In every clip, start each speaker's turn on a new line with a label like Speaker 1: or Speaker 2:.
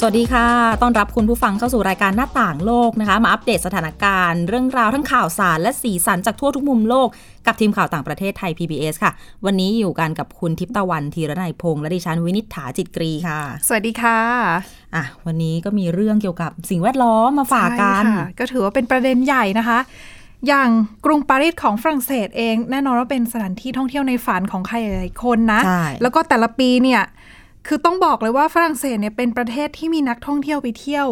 Speaker 1: สวัสดีค่ะ ต้อนรับคุณผู้ฟังเข้าสู่รายการหน้าต่างโลกนะคะ มาอัปเดตสถานการณ์ เรื่องราวทั้งข่าวสารและสีสันจากทั่วทุกมุมโลก กับทีมข่าวต่างประเทศไทย PBS ค่ะ วันนี้อยู่กันกับคุณทิพย์ตะวันธีรนัยพงษ์และดิฉันวินิษฐาจิตกรีค่ะ
Speaker 2: สวัสดีค่ะ
Speaker 1: อ่ะ วันนี้ก็มีเรื่องเกี่ยวกับสิ่งแวดล้อมมาฝากกัน
Speaker 2: ใช่ค่ะก็ถือว่าเป็นประเด็นใหญ่นะคะ อย่างกรุงปารีสของฝรั่งเศสเอง แน่นอนว่าเป็นสถานที่ท่องเที่ยวในฝันของใครหลายๆคนนะ
Speaker 1: ใช่
Speaker 2: แล้วก็แต่ละปีเนี่ยคือต้องบอกเลยว่าฝรั่งเศสเนี่ยเป็นประเทศที่มีนักท่องเที่ยวไปเที่ยว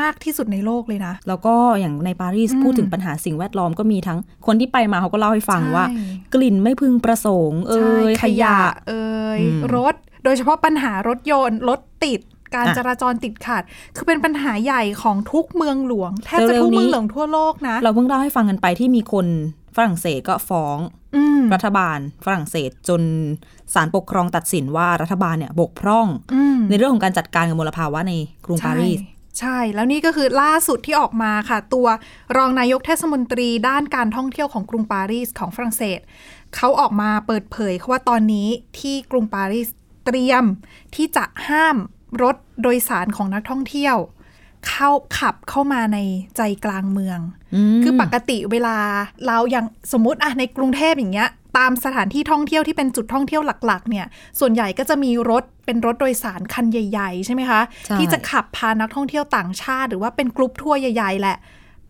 Speaker 2: มากที่สุดในโลกเลยนะ
Speaker 1: แล้วก็อย่างในปารีสพูดถึงปัญหาสิ่งแวดล้อมก็มีทั้งคนที่ไปมาเขาก็เล่าให้ฟังว่า
Speaker 2: ใช่
Speaker 1: กลิ่นไม่พึงประสงค์ เอ่ย
Speaker 2: ใช่
Speaker 1: ขยะ
Speaker 2: เอ่ย
Speaker 1: อืม
Speaker 2: รถ โดยเฉพาะปัญหารถยนต์รถติด การ
Speaker 1: อ่ะ
Speaker 2: จราจรติดขัด คือเป็นปัญหาใหญ่ของทุกเมืองหลวงแทบจะ
Speaker 1: เร็วๆ
Speaker 2: ทุกเมือ
Speaker 1: นี้
Speaker 2: งหลวงทั่วโลกนะ
Speaker 1: เราเพิ่งเล่าให้ฟังกันไปที่มีคนฝรั่งเศสก็ฟ้อง
Speaker 2: อืม
Speaker 1: รัฐบาลฝรั่งเศสจนศาลปกครองตัดสินว่ารัฐบาลเนี่ยบกพร่อง
Speaker 2: อืม
Speaker 1: ในเรื่องของการจัดการกับมลภาวะในกรุงปารีส
Speaker 2: ใช่ใช่แล้วนี่ก็คือล่าสุดที่ออกมาค่ะ ตัวรองนายกเทศมนตรีด้านการท่องเที่ยวของกรุงปารีสของฝรั่งเศส เขาออกมาเปิดเผยค่ะว่าตอนนี้ที่กรุงปารีสเตรียมที่จะห้ามรถโดยสารของนักท่องเที่ยว เข้าขับเข้ามาในใจกลางเมือง คือปกติเวลาเราอย่างสมมติอะในกรุงเทพอย่างเงี้ย ตามสถานที่ท่องเที่ยวที่เป็นจุดท่องเที่ยวหลักๆ เนี่ย ส่วนใหญ่ก็จะมีรถเป็นรถโดยสารคันใหญ่ ๆ ใช่ไหมคะ
Speaker 1: ใช่
Speaker 2: ที่จะขับพานักท่องเที่ยวต่างชาติ หรือว่าเป็นกลุ่มทัวร์ใหญ่ๆแหละ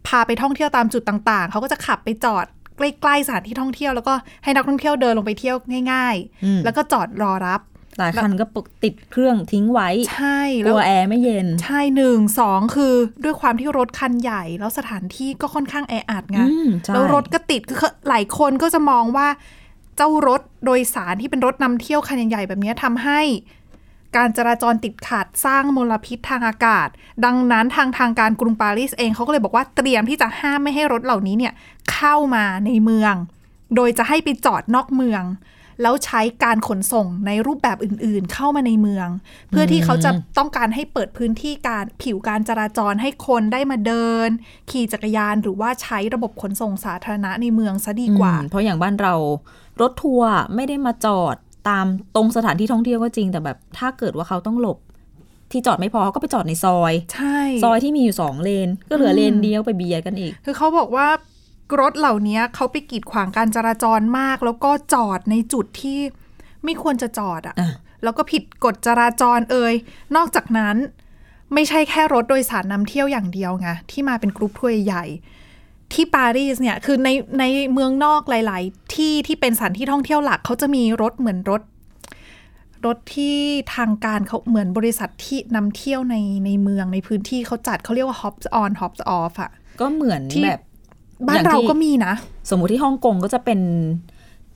Speaker 2: พาไปท่องเที่ยวตามจุดต่างๆ เขาก็จะขับไปจอดใกล้ๆสถานที่ท่องเที่ยวแล้วก็ให้นักท่องเที่ยวเดินลงไปเที่ยวง่าย
Speaker 1: อืม
Speaker 2: ๆ แล้วก็จอดรอรับ
Speaker 1: หลายคันก็ปกติดเครื่องทิ้งไว้
Speaker 2: ใช่
Speaker 1: ก
Speaker 2: แล้ว
Speaker 1: ลัวแอร์ไม่เย็น
Speaker 2: ใช่หนึ่งสองคือด้วยความที่รถคันใหญ่แล้วสถานที่ก็ค่อนข้างแออัดไง
Speaker 1: อืมใช่
Speaker 2: แล้วรถก็ติดคือหลายคนก็จะมองว่า เจ้ารถโดยสารที่เป็นรถนำเที่ยวคันใหญ่ๆแบบเนี้ยทำให้ การจราจรติดขัดสร้างมลพิษทางอากาศ ดังนั้นทางทางการกรุงปารีสเองเขาก็เลยบอกว่าเตรียมที่จะห้ามไม่ให้รถเหล่านี้เนี่ยเข้ามาในเมือง โดยจะให้ไปจอดนอกเมือง แล้วใช้การขนส่งในรูปแบบอื่นๆ เข้ามาในเมือง เพื่อที่เขาจะต้องการให้เปิดพื้นที่การผิวการจราจรให้คนได้มาเดิน ขี่จักรยานหรือว่าใช้ระบบขนส่งสาธารณะในเมืองซะดีกว่า
Speaker 1: อืมเพราะอย่างบ้านเรารถทัวร์ไม่ได้มาจอดตามตรงสถานที่ท่องเที่ยวก็จริง แต่แบบถ้าเกิดว่าเขาต้องหลบ ที่จอดไม่พอเขาก็ไปจอดในซอย
Speaker 2: ใช่
Speaker 1: ซอยที่มีอยู่สองเลน ก็เหลืออ
Speaker 2: ม
Speaker 1: เลนเดียวไปเบียดกันอีก
Speaker 2: คือเขาบอกว่ารถเหล่านี้เขาไปกีดขวางการจราจรมาก แล้วก็จอดในจุดที่ไม่ควรจะจอดอะ
Speaker 1: อ่ะ
Speaker 2: แล้วก็ผิดกฎจราจรเอ่ยนอกจากนั้น ไม่ใช่แค่รถโดยสารนำเที่ยวอย่างเดียวไงที่มาเป็นกรุ๊ปทัวร์ใหญ่ๆที่ปารีสเนี่ยคือในในเมืองนอกหลาย ๆ ที่ที่เป็นสถานที่ท่องเที่ยวหลักเขาจะมีรถเหมือนรถ รถที่ทางการเขาเหมือนบริษัทที่นำเที่ยวในในเมืองในพื้นที่เขาจัดเขาเรียกว่า hops on hops off อะ
Speaker 1: ก็เหมือน
Speaker 2: ที่
Speaker 1: แบบ
Speaker 2: บ้า
Speaker 1: อน ย่างที่
Speaker 2: เราก็มีนะ
Speaker 1: สมมุติที่ฮ่องกงก็จะเป็น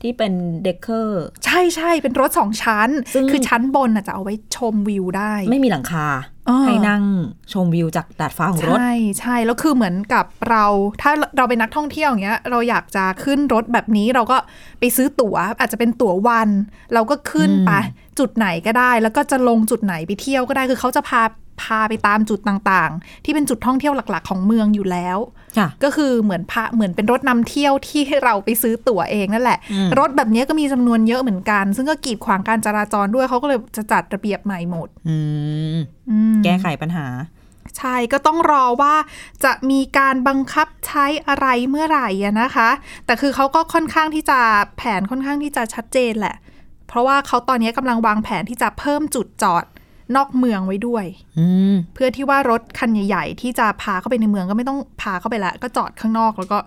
Speaker 1: ที่เป็นเด็กเคอร์
Speaker 2: ใช่ใช่เป็นรถสองชั้น
Speaker 1: ซึ่ง
Speaker 2: คือชั้นบนน่ะจะเอาไว้ชมวิวได้
Speaker 1: ไม่มีหลังคา
Speaker 2: อ่า
Speaker 1: ให้นั่งชมวิวจากดาดฟ้าของรถ
Speaker 2: ใช่ใช่แล้วคือเหมือนกับเราถ้าเราเป็นนักท่องเที่ยวอย่างเงี้ย เราอยากจะขึ้นรถแบบนี้เราก็ไปซื้อตั๋ว อาจจะเป็นตั๋ววัน เราก็ขึ้นไปจุดไหนก็ได้ แล้วก็จะลงจุดไหนไปเที่ยวก็ได้คือเขาจะพาพาไปตามจุดต่างๆ ที่เป็นจุดท่องเที่ยวหลักๆ ของเมืองอยู่แล้ว
Speaker 1: ค่ะ
Speaker 2: ก็คือเหมือนพาเหมือนเป็นรถนำเที่ยวที่เราไปซื้อตั๋วเองนั่นแหละ
Speaker 1: อืม
Speaker 2: รถแบบนี้ก็มีจำนวนเยอะเหมือนกัน ซึ่งก็กีดขวางการจราจรด้วยเขาก็เลยจะจัดระเบียบใหม่หมด
Speaker 1: อืม
Speaker 2: อืม
Speaker 1: แก้ไขปัญหา
Speaker 2: ใช่ก็ต้องรอว่าจะมีการบังคับใช้อะไรเมื่อไหร่อะนะคะ แต่คือเขาก็ค่อนข้างที่จะแผนค่อนข้างที่จะชัดเจนแหละ เพราะว่าเขาตอนนี้กำลังวางแผนที่จะเพิ่มจุดจอดนอกเมืองไว้ด้วย
Speaker 1: อืม
Speaker 2: เพื่อที่ว่ารถคันใหญ่ ๆ ที่จะพาเข้าไปในเมืองก็ไม่ต้องพาเข้าไปละ ก็จอดข้างนอกแล้วก็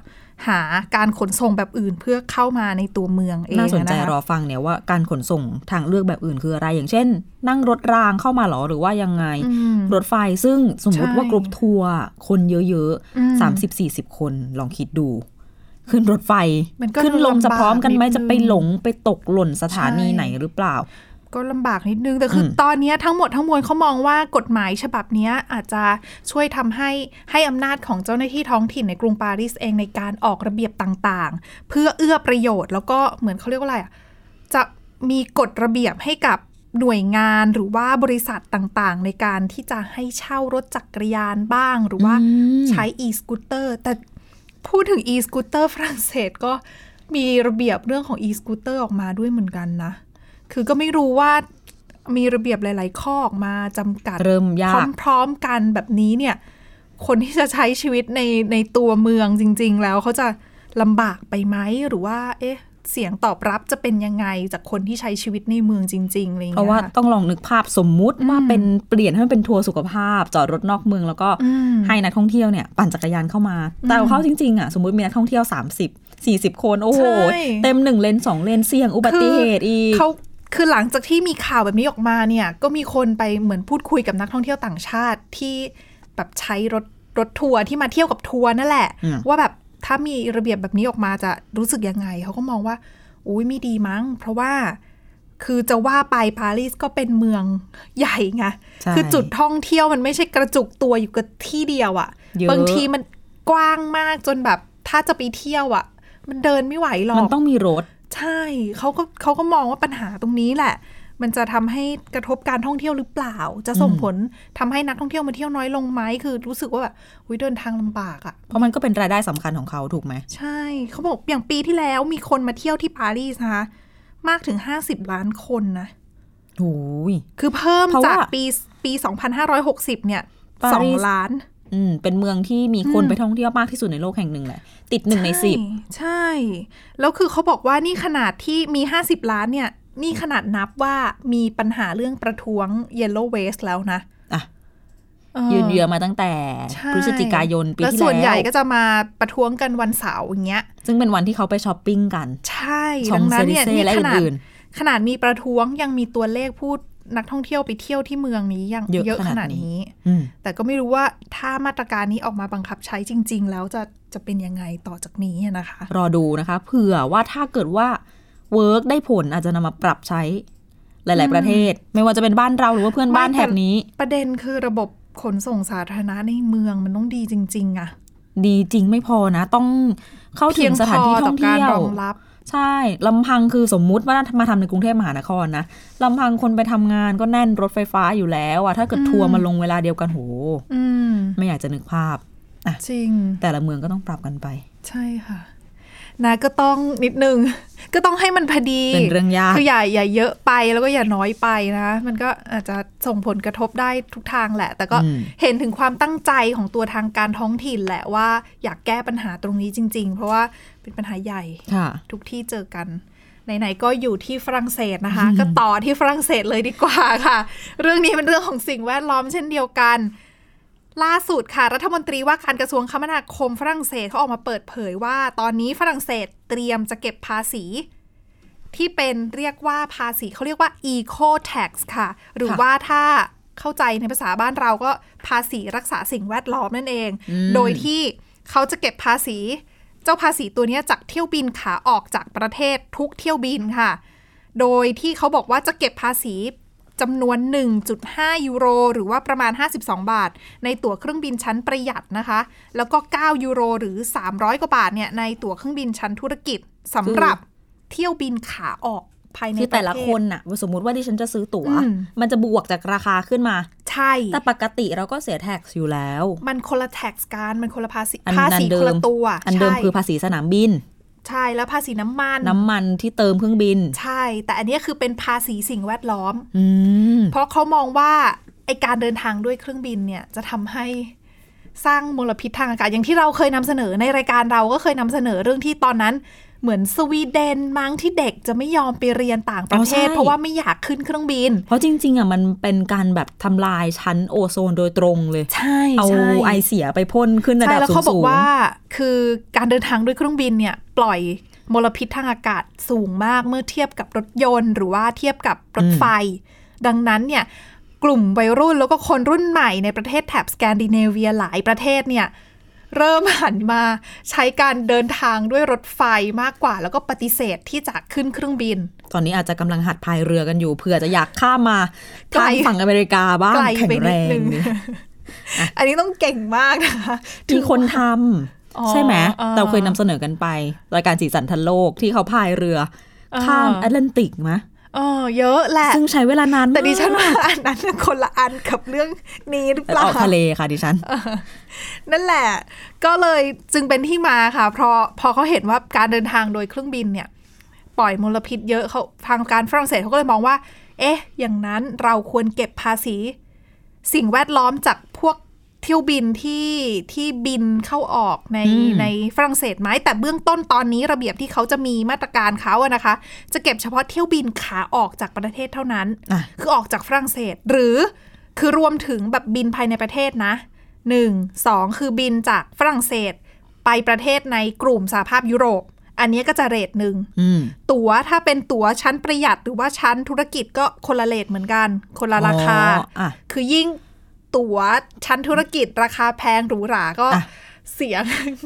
Speaker 2: หาการขนส่งแบบอื่นเพื่อเข้ามาในตัวเมืองเอง
Speaker 1: น่าสนใจ
Speaker 2: อะะคะ
Speaker 1: รอฟังเนี่ยว่าการขนส่งทางเลือกแบบอื่นคืออะไร อย่างเช่น นั่งรถรางเข้ามาเหรอหรือว่ายังไง
Speaker 2: อืม
Speaker 1: รถไฟซึ่งสมมุติ
Speaker 2: ใช่
Speaker 1: ว่ากรุ๊ปทัวร์คนเยอะ
Speaker 2: อืม
Speaker 1: ๆสามสิบสี่สิบคนลองคิดดู ขึ้นรถไฟ
Speaker 2: มันก็
Speaker 1: ขึ้นลงจะพร้อมกันไหม
Speaker 2: ลำบากนิด
Speaker 1: จะไปหลงไปตกหล่นสถานี
Speaker 2: ใช่
Speaker 1: ไหนหรือเปล่า
Speaker 2: ก็ลำบากนิดนึง แต่คือ
Speaker 1: ม
Speaker 2: อตอนเนี้ยทั้งหมดทั้งมวลเขามองว่ากฎหมายฉบับเนี้ยอาจจะช่วยทำให้ให้อำนาจของเจ้าหน้าที่ท้องถิ่นในกรุงปารีสเองในการออกระเบียบต่างๆ เพื่อเอื้อประโยชน์แล้วก็เหมือนเขาเรียกว่าอะไรอะจะมีกฎระเบียบให้กับ หน่วยงานหรือว่าบริษัทต่างๆ ในการที่จะให้เช่ารถจักรยานบ้าง หรือว่า
Speaker 1: อืม
Speaker 2: ใช้ e-scooter แต่พูดถึง e-scooter ฝรั่งเศสก็มีระเบียบเรื่องของ e-scooter ออกมาด้วยเหมือนกันนะ คือก็ไม่รู้ว่ามีระเบียบหลาย ๆ ข้อออกมาจำกัด
Speaker 1: เริ่มยาก
Speaker 2: พร้อมๆกันแบบนี้เนี่ย คนที่จะใช้ชีวิตในในตัวเมืองจริง ๆ แล้วเขาจะลำบากไปไหมหรือว่า เอ๊ะ เสียงตอบรับจะเป็นยังไงจากคนที่ใช้ชีวิตในเมืองจริงๆอะไรอย่าง
Speaker 1: เพราะ
Speaker 2: เงี้
Speaker 1: ว่าย
Speaker 2: ค่ะ
Speaker 1: ต้องลองนึกภาพสมมุติว่าเป็นเปลี่ยนให้มันเป็นทัวร์สุขภาพ จอดรถนอกเมืองแล้วก็
Speaker 2: อืม
Speaker 1: ให้นักท่องเที่ยวเนี่ยปั่นจักรยานเข้ามา แต่เขาจริงๆอ่ะสมมุติมีนักท่องเที่ยว 30 40 คน โอ้โห
Speaker 2: ใช่
Speaker 1: เต็มหนึ่งเลนสองเลนเสี่ยงอุบัติเหตุอีก
Speaker 2: เขาคือหลังจากที่มีข่าวแบบนี้ออกมาเนี่ย ก็มีคนไปเหมือนพูดคุยกับนักท่องเที่ยวต่างชาติที่แบบใช้รถรถทัวร์ที่มาเที่ยวกับทัวร์นั่นแหละ
Speaker 1: อืม
Speaker 2: ว่าแบบถ้ามีระเบียบแบบนี้ออกมาจะรู้สึกยังไง เขาก็มองว่าอุ้ยไม่ดีมั้ง เพราะว่าคือจะว่าไปปารีสก็เป็นเมืองใหญ่ไง
Speaker 1: ใช่
Speaker 2: คือจุดท่องเที่ยวมันไม่ใช่กระจุกตัวอยู่กับที่เดียวอะ
Speaker 1: เยอะ
Speaker 2: บางทีมันกว้างมากจนแบบถ้าจะไปเที่ยวอะมันเดินไม่ไหวหรอก
Speaker 1: มันต้องมีรถ
Speaker 2: ใช่เขาก็เขาก็มองว่าปัญหาตรงนี้แหละ มันจะทำให้กระทบการท่องเที่ยวหรือเปล่า จะส่งผลทำให้นักท่องเที่ยวมาเที่ยวน้อยลงไหมคือรู้สึกว่าแบบอุ๊ยเดินทางลำบากอะ่ะ
Speaker 1: เพราะมันก็เป็นรายได้สำคัญของเขาถูกไหม
Speaker 2: ใช่เขาบอกอย่างปีที่แล้วมีคนมาเที่ยวที่ปารีสนะคะมากถึง 50 ล้านคนนะ
Speaker 1: โอ้ย
Speaker 2: คือเพิ่ม
Speaker 1: เพราะ
Speaker 2: จาก
Speaker 1: ว่า
Speaker 2: ปีปี 2560 เนี่ย
Speaker 1: ปารีส
Speaker 2: สองล้าน
Speaker 1: อืมเป็นเมืองที่มีคนไปท่องเที่ยวมากที่สุดในโลกแห่งหนึ่งแหละ ติดหนึ่งในสิบ
Speaker 2: ช่ใช่ แล้วคือเขาบอกว่านี่ขนาดที่มี 50 ล้านเนี่ยนี่ขนาดนับว่ามีปัญหาเรื่องประท้วง Yellow Waste แล้วนะ
Speaker 1: อ่ะ
Speaker 2: เออ
Speaker 1: ยืนเยือมาตั้งแต่
Speaker 2: ใช่
Speaker 1: พฤศจิกายนปี
Speaker 2: แล้ว
Speaker 1: ที่
Speaker 2: ส่วนให
Speaker 1: แล้
Speaker 2: ญ่
Speaker 1: ว
Speaker 2: ก็จะมาประท้วงกันวันเสาร์อย่างเงี้ย
Speaker 1: ซึ่งเป็นวันที่เขาไปช้อปปิ้งกัน
Speaker 2: ใช่
Speaker 1: ช
Speaker 2: ดั
Speaker 1: องง
Speaker 2: นั้
Speaker 1: เซ
Speaker 2: น
Speaker 1: ริ
Speaker 2: เนี่ย
Speaker 1: เซ่
Speaker 2: นี่
Speaker 1: และ
Speaker 2: ขนาด
Speaker 1: อื่น
Speaker 2: ขนาดมีประท้วงยังมีตัวเลขพูดนักท่องเที่ยวไปเที่ยวที่เมืองนี้ยัง
Speaker 1: เยอะ
Speaker 2: เยอะข
Speaker 1: ข
Speaker 2: นา
Speaker 1: นา
Speaker 2: ด
Speaker 1: ดนี้
Speaker 2: นี้
Speaker 1: ๆอืม
Speaker 2: แต่ก็ไม่รู้ว่าถ้ามาตรการนี้ออกมาบังคับใช้จริง ๆ แล้วจะจะเป็นยังไงต่อจากนี้อะนะคะ
Speaker 1: รอดูนะคะเผื่อว่าถ้าเกิดว่าเวิร์กได้ผลอาจจะนำมาปรับใช้หลาย ๆ ประเทศ ไม่ว่าจะเป็นบ้านเราหรือว่าเพื่อนบ้าน
Speaker 2: ไม่แต่
Speaker 1: แถบนี้
Speaker 2: ประเด็นคือระบบขนส่งสาธารณะในเมืองมันต้องดีจริง ๆอะ
Speaker 1: ดีจริงไม่พอนะ ต้องเข้าถึงสถานที่ท่
Speaker 2: ต่
Speaker 1: อ
Speaker 2: อง การ
Speaker 1: เที่ย
Speaker 2: ร
Speaker 1: ว
Speaker 2: องรับ
Speaker 1: ใช่ลำพังคือสมมุติว่ามาทำในกรุงเทพมหานครนะลำพังคนไปทำงานก็แน่นรถไฟฟ้าอยู่แล้วอะถ้าเกิดทัวร์มาลงเวลาเดียวกันโห
Speaker 2: อืม
Speaker 1: ไม่อยากจะนึกภาพ
Speaker 2: จริง
Speaker 1: แต่ละเมืองก็ต้องปรับกันไป
Speaker 2: ใช่ค่ะ นะก็ต้องนิดนึง ก็ต้องให้มันพอดี
Speaker 1: เป็นเรื่องยาก
Speaker 2: คืออย่าอย่าเยอะไปแล้วก็อย่าน้อยไปนะ มันก็อาจจะส่งผลกระทบได้ทุกทางแหละ แต่ก็
Speaker 1: อืม
Speaker 2: เห็นถึงความตั้งใจของตัวทางการท้องถิ่นแหละว่าอยากแก้ปัญหาตรงนี้จริง ๆ เพราะว่าเป็นปัญหาใหญ่
Speaker 1: ค่ะ
Speaker 2: ทุกที่เจอกันไหนๆก็อยู่ที่ฝรั่งเศสนะคะ ก็ต่อที่ฝรั่งเศสเลยดีกว่าค่ะ เรื่องนี้เป็นเรื่องของสิ่งแวดล้อมเช่นเดียวกัน ล่าสุดค่ะ รัฐมนตรีว่าการกระทรวงคมนาคมฝรั่งเศสเขาออกมาเปิดเผยว่า ตอนนี้ฝรั่งเศสเตรียมจะเก็บภาษี ที่เป็นเรียกว่าภาษีเขาเรียกว่า eco tax ค่ะ หรือ
Speaker 1: ค่ะ
Speaker 2: ว่าถ้าเข้าใจในภาษาบ้านเราก็ภาษีรักษาสิ่งแวดล้อมนั่นเอง
Speaker 1: อืม
Speaker 2: โดยที่เขาจะเก็บภาษี เจ้าภาษีตัวเนี้ยจากเที่ยวบินขาออกจากประเทศทุกเที่ยวบินค่ะ โดยที่เขาบอกว่าจะเก็บภาษีจำนวน 1.5 ยูโร หรือว่าประมาณ 52 บาท ในตั๋วเครื่องบินชั้นประหยัดนะคะ แล้วก็ 9 ยูโร หรือ 300 กว่าบาทเนี่ยในตั๋วเครื่องบินชั้นธุรกิจสำหรับเที่ยวบินขาออกภายใน
Speaker 1: คือแต่ละ
Speaker 2: ปรเทศ
Speaker 1: คนน่ะสมมติว่าดิฉันจะซื้อตั๋ว
Speaker 2: อืม
Speaker 1: มันจะบวกจากราคาขึ้นมา
Speaker 2: ใช่
Speaker 1: แต่ปกติเราก็เสียแท็กอยู่แล้ว
Speaker 2: มันคนละแท็กกันมันคนละภาษี
Speaker 1: อัน
Speaker 2: ภา
Speaker 1: นั้
Speaker 2: ษี
Speaker 1: น
Speaker 2: ค
Speaker 1: เดิ
Speaker 2: น
Speaker 1: ม
Speaker 2: ละตัว
Speaker 1: อันเดิม
Speaker 2: ใช่
Speaker 1: คือภาษีสนามบิน
Speaker 2: ใช่แล้วภาษีน้ำมัน
Speaker 1: น้ำมันที่เติมเครื่องบิน
Speaker 2: ใช่ แต่อันเนี้ยคือเป็นภาษีสิ่งแวดล้อม
Speaker 1: อืม
Speaker 2: เพราะเขามองว่าไอการเดินทางด้วยเครื่องบินเนี่ยจะทำให้สร้างมลพิษทางอากาศอย่างที่เราเคยนำเสนอในรายการเราก็เคยนำเสนอเรื่องที่ตอนนั้น เหมือนสวีเดนมั้งที่เด็กจะไม่ยอมไปเรียนต่างประ
Speaker 1: อ๋อ
Speaker 2: เทศ
Speaker 1: ใช่
Speaker 2: เพราะว่าไม่อยากขึ้นเครื่องบิน
Speaker 1: เพราะจริง ๆอ่ะมันเป็นการแบบทำลายชั้นโอโซนโดยตรงเลย
Speaker 2: ใช่
Speaker 1: เอาไอเสียไปพ่นขึ้นระ
Speaker 2: ใช่
Speaker 1: ดับ
Speaker 2: แล้วเขาบอ
Speaker 1: สู
Speaker 2: ก
Speaker 1: ง
Speaker 2: ว่าคือการเดินทางด้วยเครื่องบินเนี่ยปล่อยมลพิษทางอากาศสูงมากเมื่อเทียบกับรถยนต์ หรือว่าเทียบกับรถไฟ ดังนั้นเนี่ยกลุ่มวัยรุ่นแล้วก็คนรุ่นใหม่ในประเทศแถบสแกนดิเนเวียหลายประเทศเนี่ยเริ่มหันมาใช้การเดินทางด้วยรถไฟมากกว่า แล้วก็ปฏิเสธที่จะขึ้นเครื่องบิน
Speaker 1: ๆตอนนี้อาจจะกำลังหัดพายเรือกันอยู่เผื่อจะอยากข้ามมา
Speaker 2: ไกล
Speaker 1: ข้ามฝั่งอเมริกาบ้าง
Speaker 2: ไกล
Speaker 1: แข็
Speaker 2: ไป
Speaker 1: ง
Speaker 2: นิ
Speaker 1: แร
Speaker 2: ดนึ
Speaker 1: ง
Speaker 2: ง
Speaker 1: ดี
Speaker 2: อันนี้ต้องเก่งมากนะคะ
Speaker 1: มีคนทำ
Speaker 2: อ๋อ
Speaker 1: ใช่ไหม
Speaker 2: อ่า
Speaker 1: เราเคยนำเสนอกันไป รายการสีสันทันโลกที่เขาพายเรือ
Speaker 2: อ่า
Speaker 1: ข้ามแอตแลนติกมะ
Speaker 2: เออเยอะแหละ
Speaker 1: ซึ่งใช้เวลานานมาก
Speaker 2: แต่ดิฉันว่าอันนั้นน่ะคนละอันกับเรื่องนี้หรือเป
Speaker 1: อ
Speaker 2: ล่า
Speaker 1: อกทะเลค่ะดิฉัน
Speaker 2: นั่นแหละ ก็เลยจึงเป็นที่มาค่ะเพราะพอเขาเห็นว่าการเดินทางโดยเครื่องบินเนี่ย ปล่อยมลพิษเยอะเขาทางการฝรั่งเศสเขาก็เลยมองว่า เอ๊ะ อย่างนั้นเราควรเก็บภาษี สิ่งแวดล้อมจากพวกเที่ยวบินที่ที่บินเข้าออกใน
Speaker 1: อืม
Speaker 2: ในฝรั่งเศสไหมแต่เบื้องต้นตอนนี้ระเบียบที่เขาจะมีมาตรการเขาอะนะคะ จะเก็บเฉพาะเที่ยวบินขาออกจากประเทศเท่านั้น
Speaker 1: อ่ะ
Speaker 2: คือออกจากฝรั่งเศสหรือคือรวมถึงแบบบินภายในประเทศนะหนึ่งสองคือบินจากฝรั่งเศส ไปประเทศในกลุ่มสหภาพยุโรป อันนี้ก็จะเรทหนึ่ง
Speaker 1: อืม
Speaker 2: ตั๋วถ้าเป็นตั๋วชั้นประหยัดหรือว่าชั้นธุรกิจก็คนละเรทเหมือนกัน คนละราคา
Speaker 1: อ๋ออ่ะ
Speaker 2: คือยิ่งตั๋วชั้นธุรกิจราคาแพงหรูหราก็
Speaker 1: อ่ะ
Speaker 2: เสีย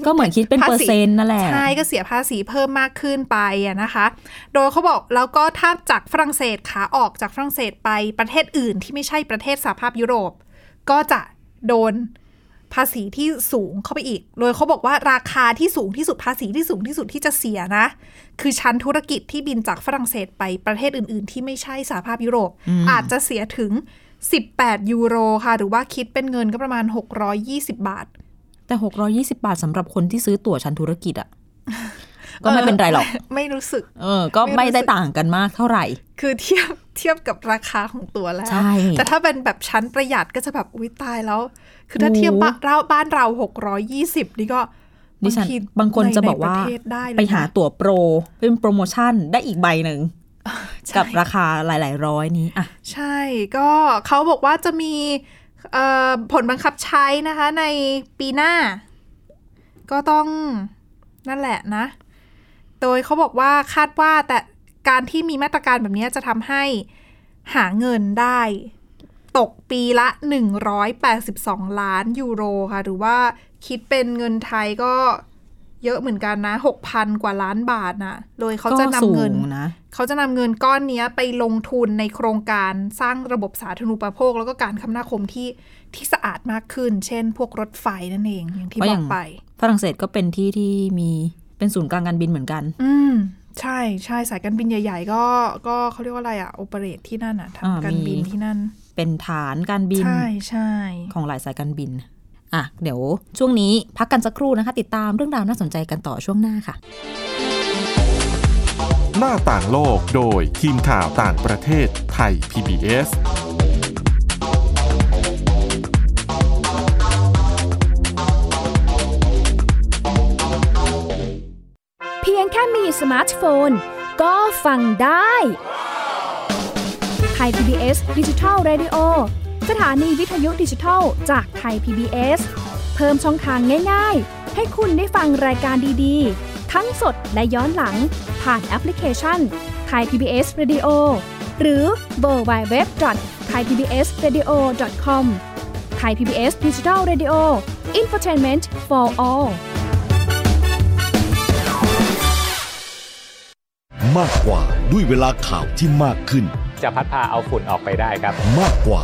Speaker 1: ก็เหมือนคิดเป็นเปอร์เซ็นต์นั่นแหละ
Speaker 2: ใช่ก็เสียภาษีเพิ่มมากขึ้นไปอะนะคะ โดยเขาบอกแล้วก็ถ้าจากฝรั่งเศสขาออกจากฝรั่งเศสไปประเทศอื่นที่ไม่ใช่ประเทศสหภาพยุโรป ก็จะโดนภาษีที่สูงเข้าไปอีก โดยเขาบอกว่าราคาที่สูงที่สุดภาษีที่สูงที่สุดที่จะเสียนะ คือชั้นธุรกิจที่บินจากฝรั่งเศสไปประเทศอื่น ๆ ที่ไม่ใช่สหภาพยุโรป อาจจะเสียถึง 18 ยูโรค่ะ หรือว่าคิดเป็นเงินก็ประมาณ 620 บาท
Speaker 1: แต่ 620 บาทสำหรับคนที่ซื้อตั๋วชั้นธุรกิจอ่ะ ก็ไม่เป็นไรหรอก
Speaker 2: ไม่รู้สึก
Speaker 1: เออ ก็
Speaker 2: ไม่
Speaker 1: ไม่
Speaker 2: รู้สึก
Speaker 1: ได้ต่างกันมากเท่าไหร่
Speaker 2: คือเทียบเทียบกับราคาของตัวแล้ว
Speaker 1: ใช่
Speaker 2: แต่ถ้าเป็นแบบชั้นประหยัดก็จะแบบอุ้ยตายแล้ว คือถ้าเทียบ
Speaker 1: โอ้โห
Speaker 2: บ้านเราบ้านเราหกร้อยี่สิบนี่ก็
Speaker 1: ดิฉัน
Speaker 2: ที
Speaker 1: บางคนจะบอกว่า
Speaker 2: ในประเทศด้เลยนะ
Speaker 1: ไปหาตั๋วโปร เป็นโปรโมชั่นได้อีกใบหนึ่ง
Speaker 2: ใช่
Speaker 1: กับราคาหลาย ๆ ร้อยนี้อ่ะ
Speaker 2: ใช่ก็เขาบอกว่าจะมีเอ่อผลบังคับใช้นะคะในปีหน้า ก็ต้องนั่นแหละนะ โดยเขาบอกว่าคาดว่าแต่การที่มีมาตรการแบบนี้จะทำให้หาเงินได้ ตกปีละ 182 ล้านยูโรค่ะ หรือว่าคิดเป็นเงินไทยก็เยอะเหมือนกันนะ 6,000 กว่าล้านบาทนะโดยเขา
Speaker 1: ก็
Speaker 2: จะ
Speaker 1: สู
Speaker 2: นำเงิน
Speaker 1: งนะ
Speaker 2: เขาจะนำเงินก้อนเนี้ยไปลงทุนในโครงการสร้างระบบสาธารณูปโภค แล้วก็การคมนาคมที่ที่สะอาดมากขึ้น เช่น พวกรถไฟนั่นเอง อย่างที่
Speaker 1: ก็
Speaker 2: บ
Speaker 1: อ
Speaker 2: อย่าง กไป
Speaker 1: ฝรั่งเศสก็เป็นที่ที่มีเป็นศูนย์กลางการบินเหมือนกัน
Speaker 2: อืม ใช่ใช่สายการบินใหญ่ ๆ ก็ก็เขาเรียกว่าอะไรอะโอเปเรตที่นั่นอะ
Speaker 1: อ่า
Speaker 2: ทำการ
Speaker 1: มี
Speaker 2: บินที่นั่น
Speaker 1: เป็นฐานการบิน
Speaker 2: ใช่ใช่
Speaker 1: ของหลายสายการบิน อ่ะ เดี๋ยวช่วงนี้พักกันสักครู่นะคะ ติดตามเรื่องราวน่าสนใจกันต่อช่วงหน้าค่ะ
Speaker 3: หน้าต่างโลกโดยทีมข่าวต่างประเทศไทย PBS
Speaker 4: เพียงแค่มีสมาร์ทโฟน ก็ฟังได้ไทย PBS ดิจิทัล Radio สถานีวิทยุดิจิทัลจากไทย PBS เพิ่มช่องทางง่ายๆ ให้คุณได้ฟังรายการดีๆ ทั้งสดและย้อนหลัง ผ่านแอปพลิเคชันไทย PBS Radio หรือเวอร์ไบเว็บไทยพีบีเอสเรดิโอคอมไทยพีบีเอสดิจิทัลเรดิโออินฟอร์ทนเมนต์ for all
Speaker 5: มากกว่าด้วยเวลาข่าวที่มากขึ้น
Speaker 6: จะพัดพาเอาฝุ่นออกไปได้ครับ
Speaker 5: มากกว่า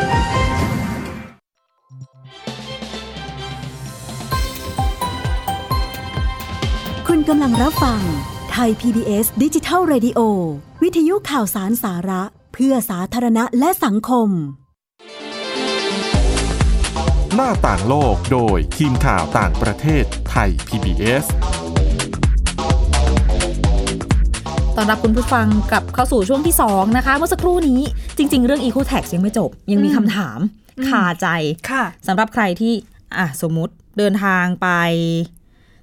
Speaker 7: คุณกำลังรับฟังไทย PBS ดิจิทัล Radio วิทยุข่าวสารสาระ เพื่อสาธารณะและสังคม
Speaker 3: หน้าต่างโลกโดยทีมข่าวต่างประเทศไทย PBS
Speaker 1: ตอนรับคุณผู้ฟังกลับเข้าสู่ช่วงที่ 2 นะคะ เมื่อสักครู่นี้จริง ๆ เรื่อง Eco Tax ยังไม่จบ ยังมีคำถามคาใจ
Speaker 2: ค่ะ
Speaker 1: สำหรับใครที่อ่ะสมมุติเดินทางไป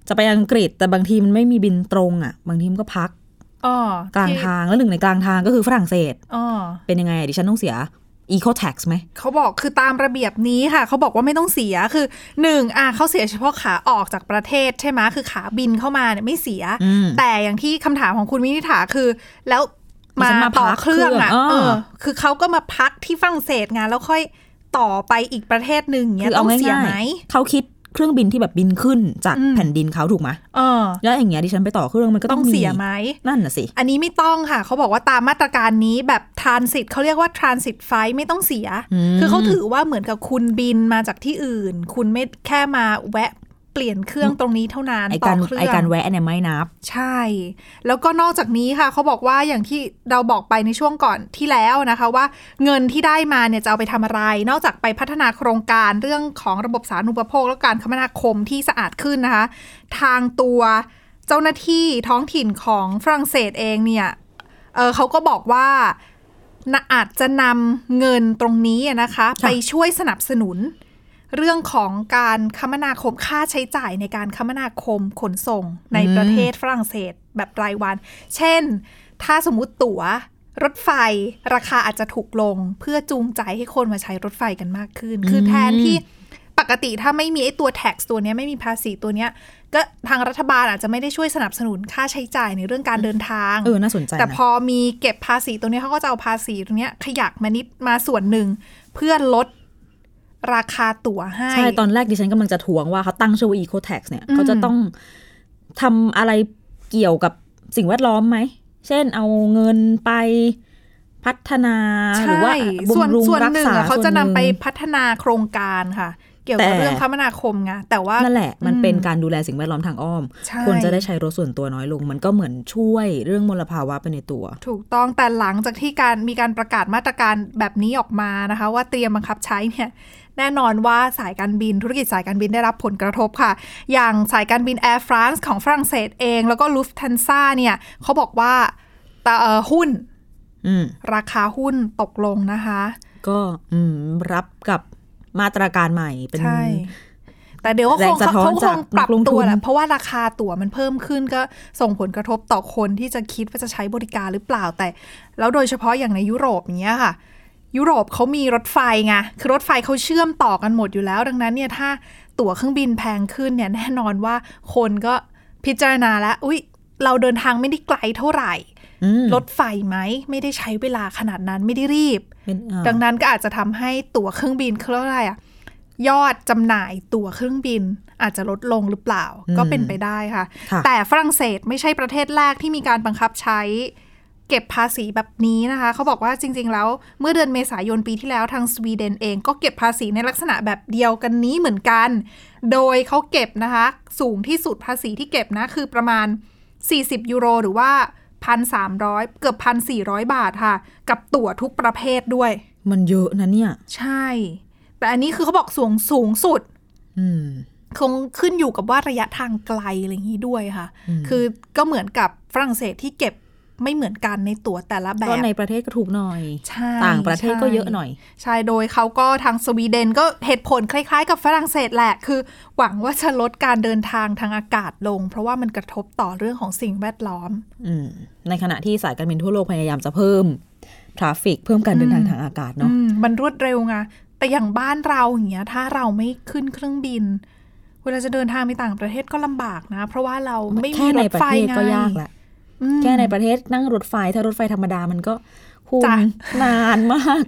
Speaker 1: จะไปอังกฤษแต่บางทีมันไม่มีบินตรงอ่ะ บางทีมันก็พัก
Speaker 2: อ๋อก
Speaker 1: ลางทางแล้วหนึ่งในกลางทางก็คือฝรั่งเศส
Speaker 2: อ๋อ
Speaker 1: เป็นยังไงอะดิฉันต้องเสีย Eco Tax ไหม
Speaker 2: เขาบอกคือตามระเบียบนี้ค่ะ เขาบอกว่าไม่ต้องเสียคือหนึ่งอ่ะเขาเสียเฉพาะขาออกจากประเทศใช่ไหมคือขาบินเข้ามาเนี่ยไม่เสีย
Speaker 1: อืม
Speaker 2: แต่อย่างที่คำถามของคุณวินิษฐาคือ แล้ว
Speaker 1: ดิ
Speaker 2: มา
Speaker 1: ฉันมา
Speaker 2: ต่อ
Speaker 1: พัก
Speaker 2: เครื่องอ่ะ
Speaker 1: เครื่อง
Speaker 2: เอ
Speaker 1: เออ
Speaker 2: อ คือเขาก็มาพักที่ฝรั่งเศสไงแล้วค่อยต่อไปอีกประเทศหนึ่งเงี้
Speaker 1: คื
Speaker 2: ย
Speaker 1: อเอา
Speaker 2: ต้องเสีย
Speaker 1: ง่าย
Speaker 2: ไหม
Speaker 1: ๆเขาคิดเครื่องบินที่แบบบินขึ้นจาก
Speaker 2: อืม
Speaker 1: แผ่นดินเขาถูกไหม
Speaker 2: เออ
Speaker 1: แล้วอย่างเงี้ยดิฉันไปต่อเครื่องมันก็
Speaker 2: ต้
Speaker 1: ต้
Speaker 2: อ
Speaker 1: องง
Speaker 2: เสียไหม
Speaker 1: นั่นน่ะสิ
Speaker 2: อันนี้ไม่ต้องค่ะ เขาบอกว่าตามมาตรการนี้แบบทรานสิตเขาเรียกว่าทรานสิตไฟไม่ต้องเสีย
Speaker 1: อืม
Speaker 2: คือเขาถือว่าเหมือนกับคุณบินมาจากที่อื่น คุณไม่แค่มาแวะเปลี่ยนเครื่องตรงนี้เท่านั้น
Speaker 1: ไอ
Speaker 2: ต่
Speaker 1: กา
Speaker 2: อ
Speaker 1: ร
Speaker 2: เครื่อง
Speaker 1: ไอการแวะเนี่ยไม่นับ
Speaker 2: ใช่ แล้วก็นอกจากนี้ค่ะ เขาบอกว่าอย่างที่เราบอกไปในช่วงก่อนที่แล้วนะคะ ว่าเงินที่ได้มาเนี่ยจะเอาไปทำอะไร นอกจากไปพัฒนาโครงการเรื่องของระบบสาธารณูปโภค และการคมนาคมที่สะอาดขึ้นนะคะ ทางตัวเจ้าหน้าที่ท้องถิ่นของฝรั่งเศสเองเนี่ย เออเขาก็บอกว่าน่ะอาจจะนำเงินตรงนี้อะนะคะ
Speaker 1: ค่ะ
Speaker 2: ไปช่วยสนับสนุน เรื่องของการคมนาคมค่าใช้จ่ายในการคมนาคมขนส่งในประเทศฝรั่งเศสแบบรายวัน เช่น ถ้าสมมติตั๋วรถไฟราคาอาจจะถูกลงเพื่อจูงใจให้คนมาใช้รถไฟกันมากขึ้น คือแทนที่ปกติถ้าไม่มีไอ้ตัว tax ตัวเนี้ยไม่มีภาษีตัวเนี้ยก็ทางรัฐบาลอาจจะไม่ได้ช่วยสนับสนุนค่าใช้จ่ายในเรื่องการเดินทาง
Speaker 1: เออน่าสนใจ
Speaker 2: แต่
Speaker 1: นะ
Speaker 2: พอมีเก็บภาษีตรงนี้เขาก็จะเอาภาษีตรงเนี้ยขยักมานิดมาส่วนหนึ่ง เพื่อลดราคาตั๋วให้
Speaker 1: ใช่ ตอนแรกดิฉันกำลังจะทวงว่าเขาตั้งชื่อว่า Eco Tax เนี่ย
Speaker 2: อืม
Speaker 1: เขาจะต้องทำอะไรเกี่ยวกับสิ่งแวดล้อมไหม เช่นเอาเงินไปพัฒนาหรือว่า
Speaker 2: ส่วน
Speaker 1: บำรุง
Speaker 2: ส่วน
Speaker 1: รัก
Speaker 2: หนึ่ง
Speaker 1: ษา
Speaker 2: อะเขา
Speaker 1: ส่วน
Speaker 2: จะนำไป
Speaker 1: หนึ่ง
Speaker 2: พัฒนาโครงการค่ะ เกี่ยวกับ
Speaker 1: แต่
Speaker 2: เรื่องคมนาคมไงแต่ว่า
Speaker 1: นั่นแหละ มัน
Speaker 2: อืม
Speaker 1: เป็นการดูแลสิ่งแวดล้อมทางอ้อม
Speaker 2: ใช่
Speaker 1: คนจะได้ใช้รถส่วนตัวน้อยลง มันก็เหมือนช่วยเรื่องมลภาวะไปในตัว
Speaker 2: ถูกต้องแต่หลังจากที่การมีการประกาศมาตรการแบบนี้ออกมานะคะ ว่าเตรียมบังคับใช้เนี่ยแน่นอนว่าสายการบินธุรกิจสายการบินได้รับผลกระทบค่ะ อย่างสายการบิน Air France ของฝรั่งเศสเอง แล้วก็ลูฟทันซ่าเนี่ยเขาบอกว่าตะเอ่อหุ้น
Speaker 1: อืม
Speaker 2: ราคาหุ้นตกลงนะคะ
Speaker 1: ก็อืมรับกับมาตรการใหม่เป็น
Speaker 2: ใช่ แต่เดี๋ยวก็
Speaker 1: แร
Speaker 2: ค
Speaker 1: ง
Speaker 2: ง
Speaker 1: สะ
Speaker 2: เขา
Speaker 1: ท้อน
Speaker 2: เขาค
Speaker 1: จาก
Speaker 2: งปรับ
Speaker 1: นักลงทุน
Speaker 2: ตัวแหละเพราะว่าราคาตั๋วมันเพิ่มขึ้นก็ส่งผลกระทบต่อคนที่จะคิดว่าจะใช้บริการหรือเปล่าแต่ แล้วโดยเฉพาะอย่างในยุโรปอย่างเงี้ยค่ะ ยุโรปเขามีรถไฟไงคือรถไฟเขาเชื่อมต่อกันหมดอยู่แล้ว ดังนั้นเนี่ยถ้าตั๋วเครื่องบินแพงขึ้นเนี่ยแน่นอนว่าคนก็พิจารณาแล้วอุ้ยเราเดินทางไม่ได้ไกลเท่าไหร่
Speaker 1: อืม
Speaker 2: รถไฟไหมไม่ได้ใช้เวลาขนาดนั้นไม่ได้รีบ
Speaker 1: เป็นอ่า
Speaker 2: ดังนั้นก็อาจจะทำให้ตั๋วเครื่องบินเขาเรียกว่าอะไรอะยอดจำหน่ายตั๋วเครื่องบิน อาจจะลดลงหรือเปล่าก็เป็นไปได้ค่ะ
Speaker 1: ค่ะ
Speaker 2: แต่ฝรั่งเศสไม่ใช่ประเทศแรกที่มีการบังคับใช้ เก็บภาษีแบบนี้นะคะ เขาบอกว่าจริง ๆ แล้วเมื่อเดือนเมษายนปีที่แล้วทางสวีเดนเองก็เก็บภาษีในลักษณะแบบเดียวกันนี้เหมือนกัน โดยเขาเก็บนะคะ สูงที่สุดภาษีที่เก็บนะ คือประมาณ 40 ยูโร หรือว่า 1,300 เกือบ 1,400 บาทค่ะ กับตั๋วทุกประเภทด้วย
Speaker 1: มันเยอะนะเนี่ย
Speaker 2: ใช่ แต่อันนี้คือเขาบอกสูงสูงสุด
Speaker 1: อืม
Speaker 2: คงขึ้นอยู่กับว่าระยะทางไกลอะไรอย่างนี้ด้วยค่ะ
Speaker 1: อืม
Speaker 2: คือก็เหมือนกับฝรั่งเศสที่เก็บไม่เหมือนกันในตั๋วแต่ละแบ
Speaker 1: ก็
Speaker 2: บ
Speaker 1: ในประเทศก็ถูกหน่อย
Speaker 2: ใช่
Speaker 1: ต่างประเทศก็เยอะห
Speaker 2: ใช่
Speaker 1: น่อย
Speaker 2: ใช่โดยเขาก็ทางสวีเดนก็เหตุผลคล้ายๆ กับฝรั่งเศสแหละ คือหวังว่าจะลดการเดินทางทางอากาศลง เพราะว่ามันกระทบต่อเรื่องของสิ่งแวดล้อม
Speaker 1: อืมในขณะที่สายการบินทั่วโลกพยายามจะเพิ่มทราฟิก เพิ่มการเดินทางทางอากาศเนาะ
Speaker 2: อืมมันรวดเร็วไงแต่อย่างบ้านเราอย่างเงี้ยถ้าเราไม่ขึ้นเครื่องบิน เวลาจะเดินทางไปต่างประเทศก็ลำบากนะ เพราะว่าเราไม่มี
Speaker 1: แค่
Speaker 2: ร
Speaker 1: ใน
Speaker 2: ถ
Speaker 1: ประ
Speaker 2: ไฟ
Speaker 1: เทศ
Speaker 2: ไง
Speaker 1: ก็ยากละ
Speaker 2: อืม
Speaker 1: แค่ในประเทศนั่งรถไฟ ถ้ารถไฟธรรมดามันก็คุณ
Speaker 2: จ้ะ
Speaker 1: นานมาก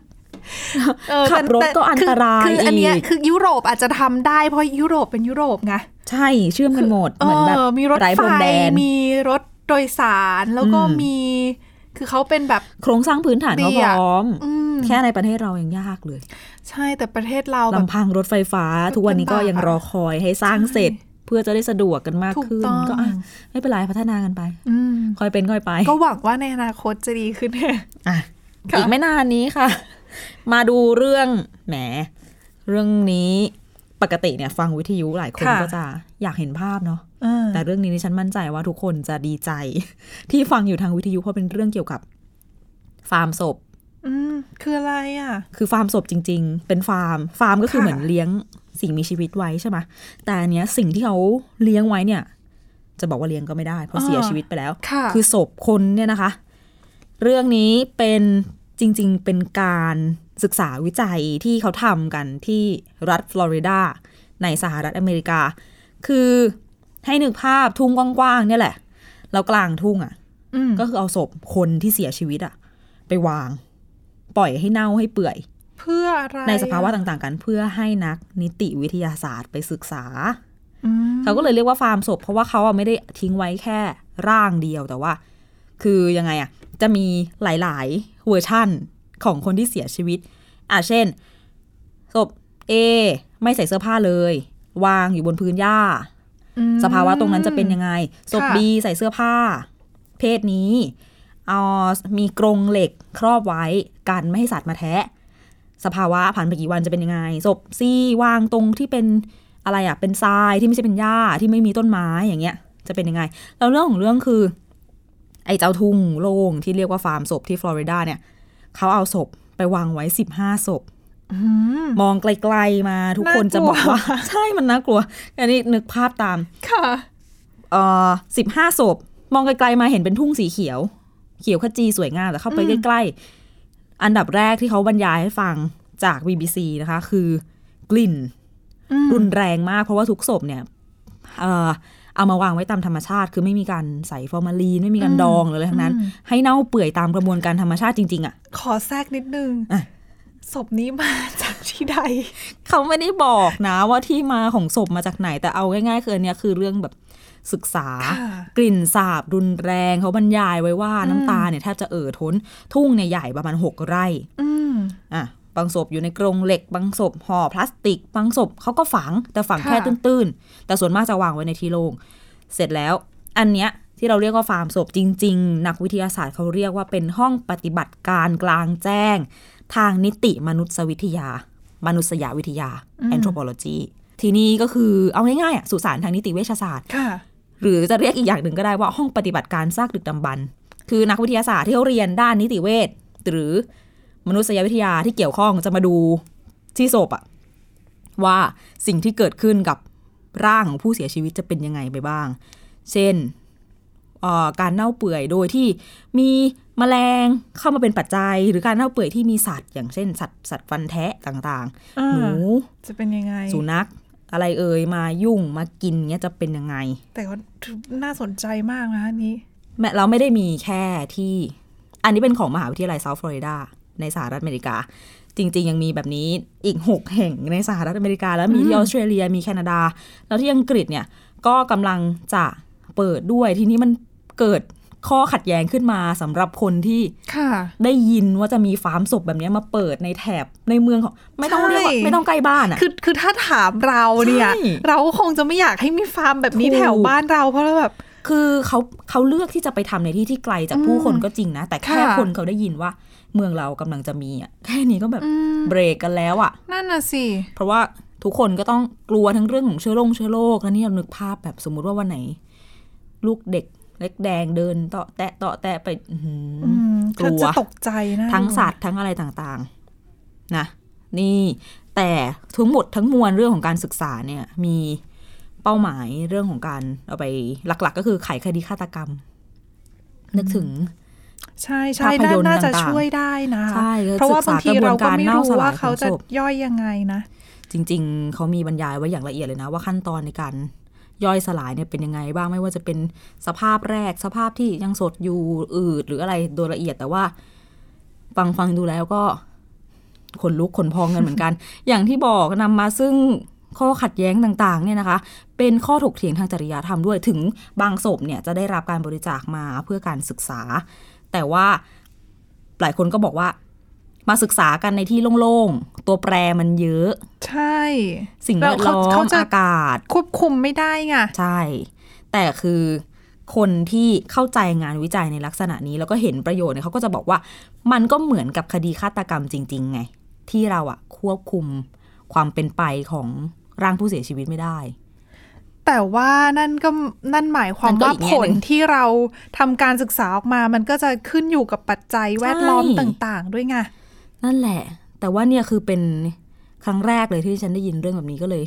Speaker 2: เออ
Speaker 1: ขับรถ
Speaker 2: แต่แต่
Speaker 1: ก็อันตราย
Speaker 2: คือคืออันเนี้ย
Speaker 1: อีก
Speaker 2: คือยุโรปอาจจะทำได้เพราะยุโรปเป็นยุโรปไง
Speaker 1: ใช่เชื่อมกันหมด
Speaker 2: เอ
Speaker 1: เหมือนแบบ
Speaker 2: อมีรถ
Speaker 1: ไร้พ
Speaker 2: ไฟ
Speaker 1: รมแดน
Speaker 2: มีรถโดยสารแล้วก็
Speaker 1: อืม
Speaker 2: มี คือเขาเป็นแบบ
Speaker 1: โครงสร้างพื้นฐานเขา
Speaker 2: ดี
Speaker 1: พ
Speaker 2: อะ
Speaker 1: ร้อม
Speaker 2: อืม
Speaker 1: แค่ในประเทศเรายังยากเลย
Speaker 2: ใช่แต่ประเทศเราแบบ
Speaker 1: ลำพังรถไฟฟ้า ทุกวันนี้ก็ยังรอคอยให้สร้างเสร็จ เพื่อจะได้สะดวกกันมาก
Speaker 2: ถูก
Speaker 1: ขึ้น
Speaker 2: ต้อง
Speaker 1: ก็อ่ะไม่เป็นไรพัฒนากันไป
Speaker 2: อืม
Speaker 1: ค่อยเป็นค่อยไป
Speaker 2: ก็หวังว่าในอนาคตจะดีขึ้น
Speaker 1: อ่ะ
Speaker 2: ค่ะ
Speaker 1: อีกไม่นานนี้ค่ะ มาดูเรื่องแหม เรื่องนี้ปกติเนี่ยฟังวิทยุหลายคน
Speaker 2: ค่ะ
Speaker 1: ก็จะอยากเห็นภาพเนาะ
Speaker 2: เออ
Speaker 1: แต่เรื่องนี้ดิฉันมั่นใจว่าทุกคนจะดีใจ ที่ฟังอยู่ทางวิทยุเพราะเป็นเรื่องเกี่ยวกับ ฟาร์มศพ
Speaker 2: อืมคืออะไรอ่ะ
Speaker 1: คือฟาร์มศพจริง ๆ เป็นฟาร์ม ฟาร์มก็คือ
Speaker 2: ค่ะ
Speaker 1: เหมือนเลี้ยงสิ่งมีชีวิตไว้ใช่ไหมแต่อันเนี้ยสิ่งที่เขาเลี้ยงไว้เนี่ย จะบอกว่าเลี้ยงก็ไม่ได้ เพราะเสียชีวิตไปแล้ว
Speaker 2: ค่ะ
Speaker 1: คือศพคนเนี่ยนะคะ เรื่องนี้เป็นจริง ๆ เป็นการศึกษาวิจัยที่เขาทำกันที่รัฐฟลอริดา ในสหรัฐอเมริกา คือให้นึกภาพทุ่งกว้างๆเนี่ยแหละ แล้วกลางทุ่งอะ่ะ
Speaker 2: อืม
Speaker 1: ก็คือเอาศพคนที่เสียชีวิตอะ่ะ ไปวาง ปล่อยให้เน่าให้เปื่อย
Speaker 2: เพื่ออะไร
Speaker 1: ในสภาวะต่างๆกันเพื่อให้นักนิติวิทยาศาสตร์ไปศึกษา
Speaker 2: อืม
Speaker 1: เขาก็เลยเรียกว่าฟาร์มศพเพราะว่าเขาอะไม่ได้ทิ้งไว้แค่ร่างเดียวแต่ว่า คือยังไงอะจะมีหลาย ๆ เวอร์ชั่นของคนที่เสียชีวิตอ่ะเช่นศพ A ไม่ใส่เสื้อผ้าเลย วางอยู่บนพื้นหญ้า
Speaker 2: อืม
Speaker 1: สภาวะตรงนั้นจะเป็นยังไงศพ
Speaker 2: ค่ะ
Speaker 1: B ใส่เสื้อผ้า เพศนี้เอามีกรงเหล็กครอบไว้กันไม่ให้สัตว์มาแทะ สภาวะผ่านไปกี่วันจะเป็นยังไงศพ C วางตรงที่เป็นอะไรอะเป็นทรายที่ไม่ใช่เป็นหญ้าที่ไม่มีต้นไม้อย่างเงี้ย จะเป็นยังไง แล้วเรื่องของเรื่องคือ ไอ้เจ้าทุ่งโล่งที่เรียกว่าฟาร์มศพที่ฟลอริดาเนี่ยเขาเอาศพไปวางไว้ 15ศพ
Speaker 2: อืม
Speaker 1: มองไกลๆมาทุกคนจะบอกว่า ใช่มันน่ากลัว อันนี้นึกภาพตาม
Speaker 2: ค่ะ
Speaker 1: เอ่อสิบห้าศพ มองไกลๆมาเห็นเป็นทุ่งสีเขียว เขียวขจีสวยงามแต่เข้าไปใกล้ๆ อันดับแรกที่เขาบรรยายให้ฟังจาก BBC นะคะ คือกลิ่น
Speaker 2: อืม
Speaker 1: รุนแรงมากเพราะว่าทุกศพเนี่ยเอ่อเอามาวางไว้ตามธรรมชาติ คือไม่มีการใส่ฟอร์มาลีน ไม่มีการดองหรืออะไรทั้งนั้น ให้เน่าเปื่อยตามกระบวนการธรรมชาติจริงๆอะ
Speaker 2: ขอแทรกนิดนึง
Speaker 1: อ่ะ
Speaker 2: ศพนี้มาจากที่ใด
Speaker 1: เขาไม่ได้บอกนะว่าที่มาของศพมาจากไหน แต่เอาง่ายๆคืออนเนี้ยคือเรื่องแบบศึกษา
Speaker 2: ค่ะ
Speaker 1: กลิ่นสาบรุนแรงเขาบรรยายไว้ว่าน้ำตาเนี่ยแทบจะเอ่อท้น ทุ่งเนี่ยใหญ่ประมาณหกไร่
Speaker 2: อืม
Speaker 1: อ่ะบางศพอยู่ในกรงเหล็ก บางศพห่อพลาสติก บางศพเขาก็ฝังแต่ฝัง
Speaker 2: ค่ะ
Speaker 1: แค่ตื้นๆ แต่ส่วนมากจะวางไว้ในที่โล่งเสร็จแล้ว อันเนี้ยที่เราเรียกว่าฟาร์มศพจริง ๆ นักวิทยาศาสตร์เขาเรียกว่าเป็นห้องปฏิบัติการกลางแจ้ง ทางนิติมนุษยวิทยา มนุษยวิทยา anthropology ทีนี้ก็คือเอาง่ายๆอ่ะสุสานทางนิติเวชศาสตร์
Speaker 2: ค่ะ
Speaker 1: หรือจะเรียกอีกอย่างหนึ่งก็ได้ว่าห้องปฏิบัติการซากดึกดำบรรพ์คือนักวิทยาศาสตร์ที่เขาเรียนด้านนิติเวชหรือมนุษยวิทยาที่เกี่ยวข้องจะมาดูที่ศพอะว่าสิ่งที่เกิดขึ้นกับร่างของผู้เสียชีวิตจะเป็นยังไงไปบ้าง เช่นเอ่อการเน่าเปื่อยโดยที่มีแมลงเข้ามาเป็นปัจจัย หรือการเน่าเปื่อยที่มีสัตว์ อย่างเช่น สัตว์สัตว์ฟันแทะต่าง
Speaker 2: อ่า
Speaker 1: ๆ หนู
Speaker 2: จะเป็นยังไง
Speaker 1: สุนัขอะไรเอ่ยมายุ่งมากินเงี้ยจะเป็นยังไง
Speaker 2: แต่ก็น่าสนใจมากนะอันนี้
Speaker 1: แม้เราไม่ได้มีแค่ที่ อันนี้เป็นของมหาวิทยาลัยเซาท์ฟลอริดาในสหรัฐอเมริกา จริง ๆ ยังมีแบบนี้อีก 6 แห่งในสหรัฐอเมริกา แล้วมีที่ออสเตรเลียมีแคนาดา แล้วที่อังกฤษเนี่ย ก็กำลังจะเปิดด้วยทีนี้มันเกิดข้อขัดแย้งขึ้นมาสำหรับคนที่
Speaker 2: ค่ะ
Speaker 1: ได้ยินว่าจะมีฟาร์มศพแบบเนี้ยมาเปิดในแถบในเมืองของไม่ต้องเรียกว่า
Speaker 2: ใช่
Speaker 1: ไม่ต้องใกล้บ้านอะ
Speaker 2: คือคือถ้าถามเราเนี่ย
Speaker 1: ใช่
Speaker 2: เราก็คงจะไม่อยากให้มีฟาร์มแบบนี้
Speaker 1: ถูก
Speaker 2: แถวบ้านเราเพราะเราแบบ
Speaker 1: คือเขาเขาเลือกที่จะไปทำในที่ที่ไกลจากผู้คนก็จริงนะ แต่แค่
Speaker 2: ค่ะ
Speaker 1: คนเขาได้ยินว่า เมืองเรากำลังจะมีอ่ะแค่นี้ก็แบบเบรกกันแล้วอ่ะ
Speaker 2: นั่นน่ะสิ
Speaker 1: เพราะว่าทุกคนก็ต้องกลัวทั้งเรื่องของเชื้อโรคเชื้อโรคแล้วนี่เรานึกภาพแบบสมมุติว่าวันไหน ลูกเด็กเล็กแดงเดินเตาะแตะเตาะแตะไปอื้อหือ
Speaker 2: อืม
Speaker 1: กลัว
Speaker 2: ท่านจะตกใจนะ
Speaker 1: ทั้งสัตว์ทั้งอะไรต่างๆนะนี่ แต่ทั้งหมดทั้งมวลเรื่องของการศึกษาเนี่ย มีเป้าหมายเรื่องของการเอาไปหลัก ๆ ก็คือไขคดีฆาตกรรม นึกถึง
Speaker 2: ใช่ใช่
Speaker 1: ภาพ
Speaker 2: น่าย
Speaker 1: นตร์
Speaker 2: น่าจะ
Speaker 1: ต่างๆ
Speaker 2: ช่วยได้นะ
Speaker 1: ใช่
Speaker 2: เพราะว่าบางทีเราก็ไม่รู้
Speaker 1: ศึกษากระบวนการเน่าสลาย
Speaker 2: ว่าเขาจะ
Speaker 1: ของศพ
Speaker 2: ย่อยยังไงนะ
Speaker 1: จริง ๆ เขามีบรรยายไว้อย่างละเอียดเลยนะ ว่าขั้นตอนในการย่อยสลายเนี่ยเป็นยังไงบ้างไม่ว่าจะเป็นสภาพแรก สภาพที่ยังสดอยู่อืดหรืออะไรโดยละเอียดแต่ว่า ฟังฟังดูแล้วก็ขนลุกขนพองกันเหมือนกัน อย่างที่บอกนำมาซึ่งข้อขัดแย้งต่างๆเนี่ยนะคะ เป็นข้อถกเถียงทางจริยธรรมด้วยถึงบางศพเนี่ยจะได้รับการบริจาคมาเพื่อการศึกษา แต่ว่าหลายคนก็บอกว่า มาศึกษากันในที่โล่งๆตัวแปรมันเยอะ
Speaker 2: ใช่
Speaker 1: สิ่งแวดล้อ
Speaker 2: เขเขา
Speaker 1: ม
Speaker 2: จะ
Speaker 1: อากาศ
Speaker 2: ควบคุมไม่ได้ไง
Speaker 1: ใช่ แต่คือคนที่เข้าใจงานวิจัยในลักษณะนี้ แล้วก็เห็นประโยชน์เนี่ยเขาก็จะบอกว่า มันก็เหมือนกับคดีฆาตกรรมจริง ๆ ไง ที่เราอะควบคุมความเป็นไปของร่างผู้เสียชีวิตไม่ได้
Speaker 2: แต่ว่านั่นก็นั่นหมายความ
Speaker 1: มันก็
Speaker 2: ว่า
Speaker 1: อีกแง่
Speaker 2: ผ
Speaker 1: ห
Speaker 2: ล
Speaker 1: นึ่ง
Speaker 2: ที่เราทำการศึกษาออกมา มันก็จะขึ้นอยู่กับปัจจัยแวดล้อม
Speaker 1: ใช่
Speaker 2: ต่างๆ ด้วยไง
Speaker 1: นั่นแหละ แต่ว่าเนี่ยคือเป็นครั้งแรกเลยที่ฉันได้ยินเรื่องแบบนี้ก็เลย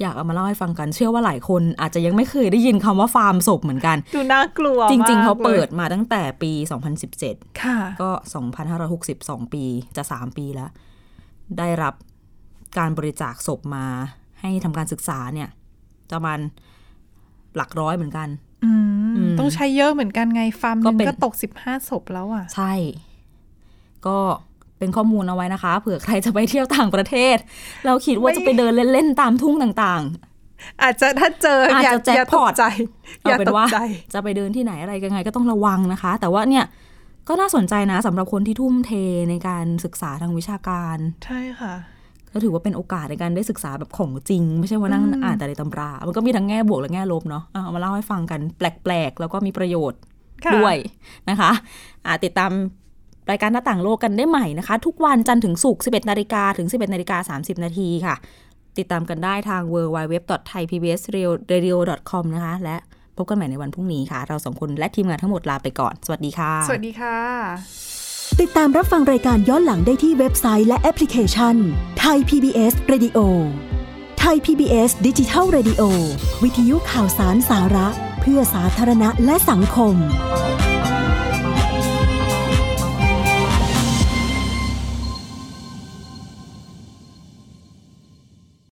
Speaker 1: อยากเอามาเล่าให้ฟังกัน เชื่อว่าหลายคนอาจจะยังไม่เคยได้ยินคำว่าฟาร์มศพเหมือนกัน
Speaker 2: ดูน่ากลัว
Speaker 1: จริง ๆเขา
Speaker 2: มกลย
Speaker 1: เปิดมาตั้งแต่ปี 2017
Speaker 2: ค่ะ
Speaker 1: ก็ 2,562 ปี จะ 3 ปีแล้ว ได้รับการบริจาคศพมา ให้ทำการศึกษาเนี่ยประมาณหลักร้อยเหมือนกัน
Speaker 2: อืม
Speaker 1: อืม
Speaker 2: ต้องใช้เยอะเหมือนกันไงฟาร์มห
Speaker 1: ก็
Speaker 2: นึง
Speaker 1: เป็น
Speaker 2: ก็ตกสิบห้าศพแล้วอ่ะ
Speaker 1: ใช่
Speaker 2: ค
Speaker 1: ก็เป็นข้อมูลเอาไว้นะคะ เผื่อใครจะไปเที่ยวต่างประเทศ เราคิดว่าจะไปเดินเล่น ๆ ตามทุ่งต่าง
Speaker 2: อาจจะถ้าเจอ
Speaker 1: อาจ
Speaker 2: อย่า
Speaker 1: จะแจ็ค
Speaker 2: อย่า
Speaker 1: พ
Speaker 2: ต
Speaker 1: อก ต
Speaker 2: ใจ
Speaker 1: ๆ
Speaker 2: อ
Speaker 1: เอา
Speaker 2: ย่า
Speaker 1: เป็
Speaker 2: ต
Speaker 1: น
Speaker 2: ก
Speaker 1: ว่า
Speaker 2: ใจ
Speaker 1: จะไปเดินที่ไหนอะไรยังไงก็ต้องระวังนะคะ แต่ว่าเนี่ยก็น่าสนใจนะสำหรับคนที่ทุ่มเทในการศึกษาทางวิชาการ
Speaker 2: ใช่ค่ะ
Speaker 1: ก็ถือว่าเป็นโอกาสในการได้ศึกษาแบบของจริง ไม่ใช่ว่านั่งอ่านแต่ในตำรา มันก็มีทั้งแง่บวกและแง่ลบเนาะอ่ะเอามาเล่าให้ฟังกันแปลกๆ แล้วก็มีประโยชน์
Speaker 2: ค่ะ
Speaker 1: ด้วยนะคะอ่ะติดตามรายการหน้าต่างโลกกันได้ใหม่นะคะ ทุกวันจันทร์ถึงศุกร์ 11 นาฬิกาถึง 11 นาฬิกา 30 นาทีค่ะ ติดตามกันได้ทาง www.thaipbsradio.com นะคะ และพบกันใหม่ในวันพรุ่งนี้ค่ะ เราสองคนและทีมงานทั้งหมดลาไปก่อน สวัสดีค่ะ
Speaker 2: สวัสดีค่ะ
Speaker 7: ติดตามรับฟังรายการย้อนหลังได้ที่เว็บไซต์และแอปพลิเคชันไทย PBS Radio ไทย PBS ดิจิทัล Radio วิทยุข่าวสารสาระ เพื่อสาธารณะและสังคม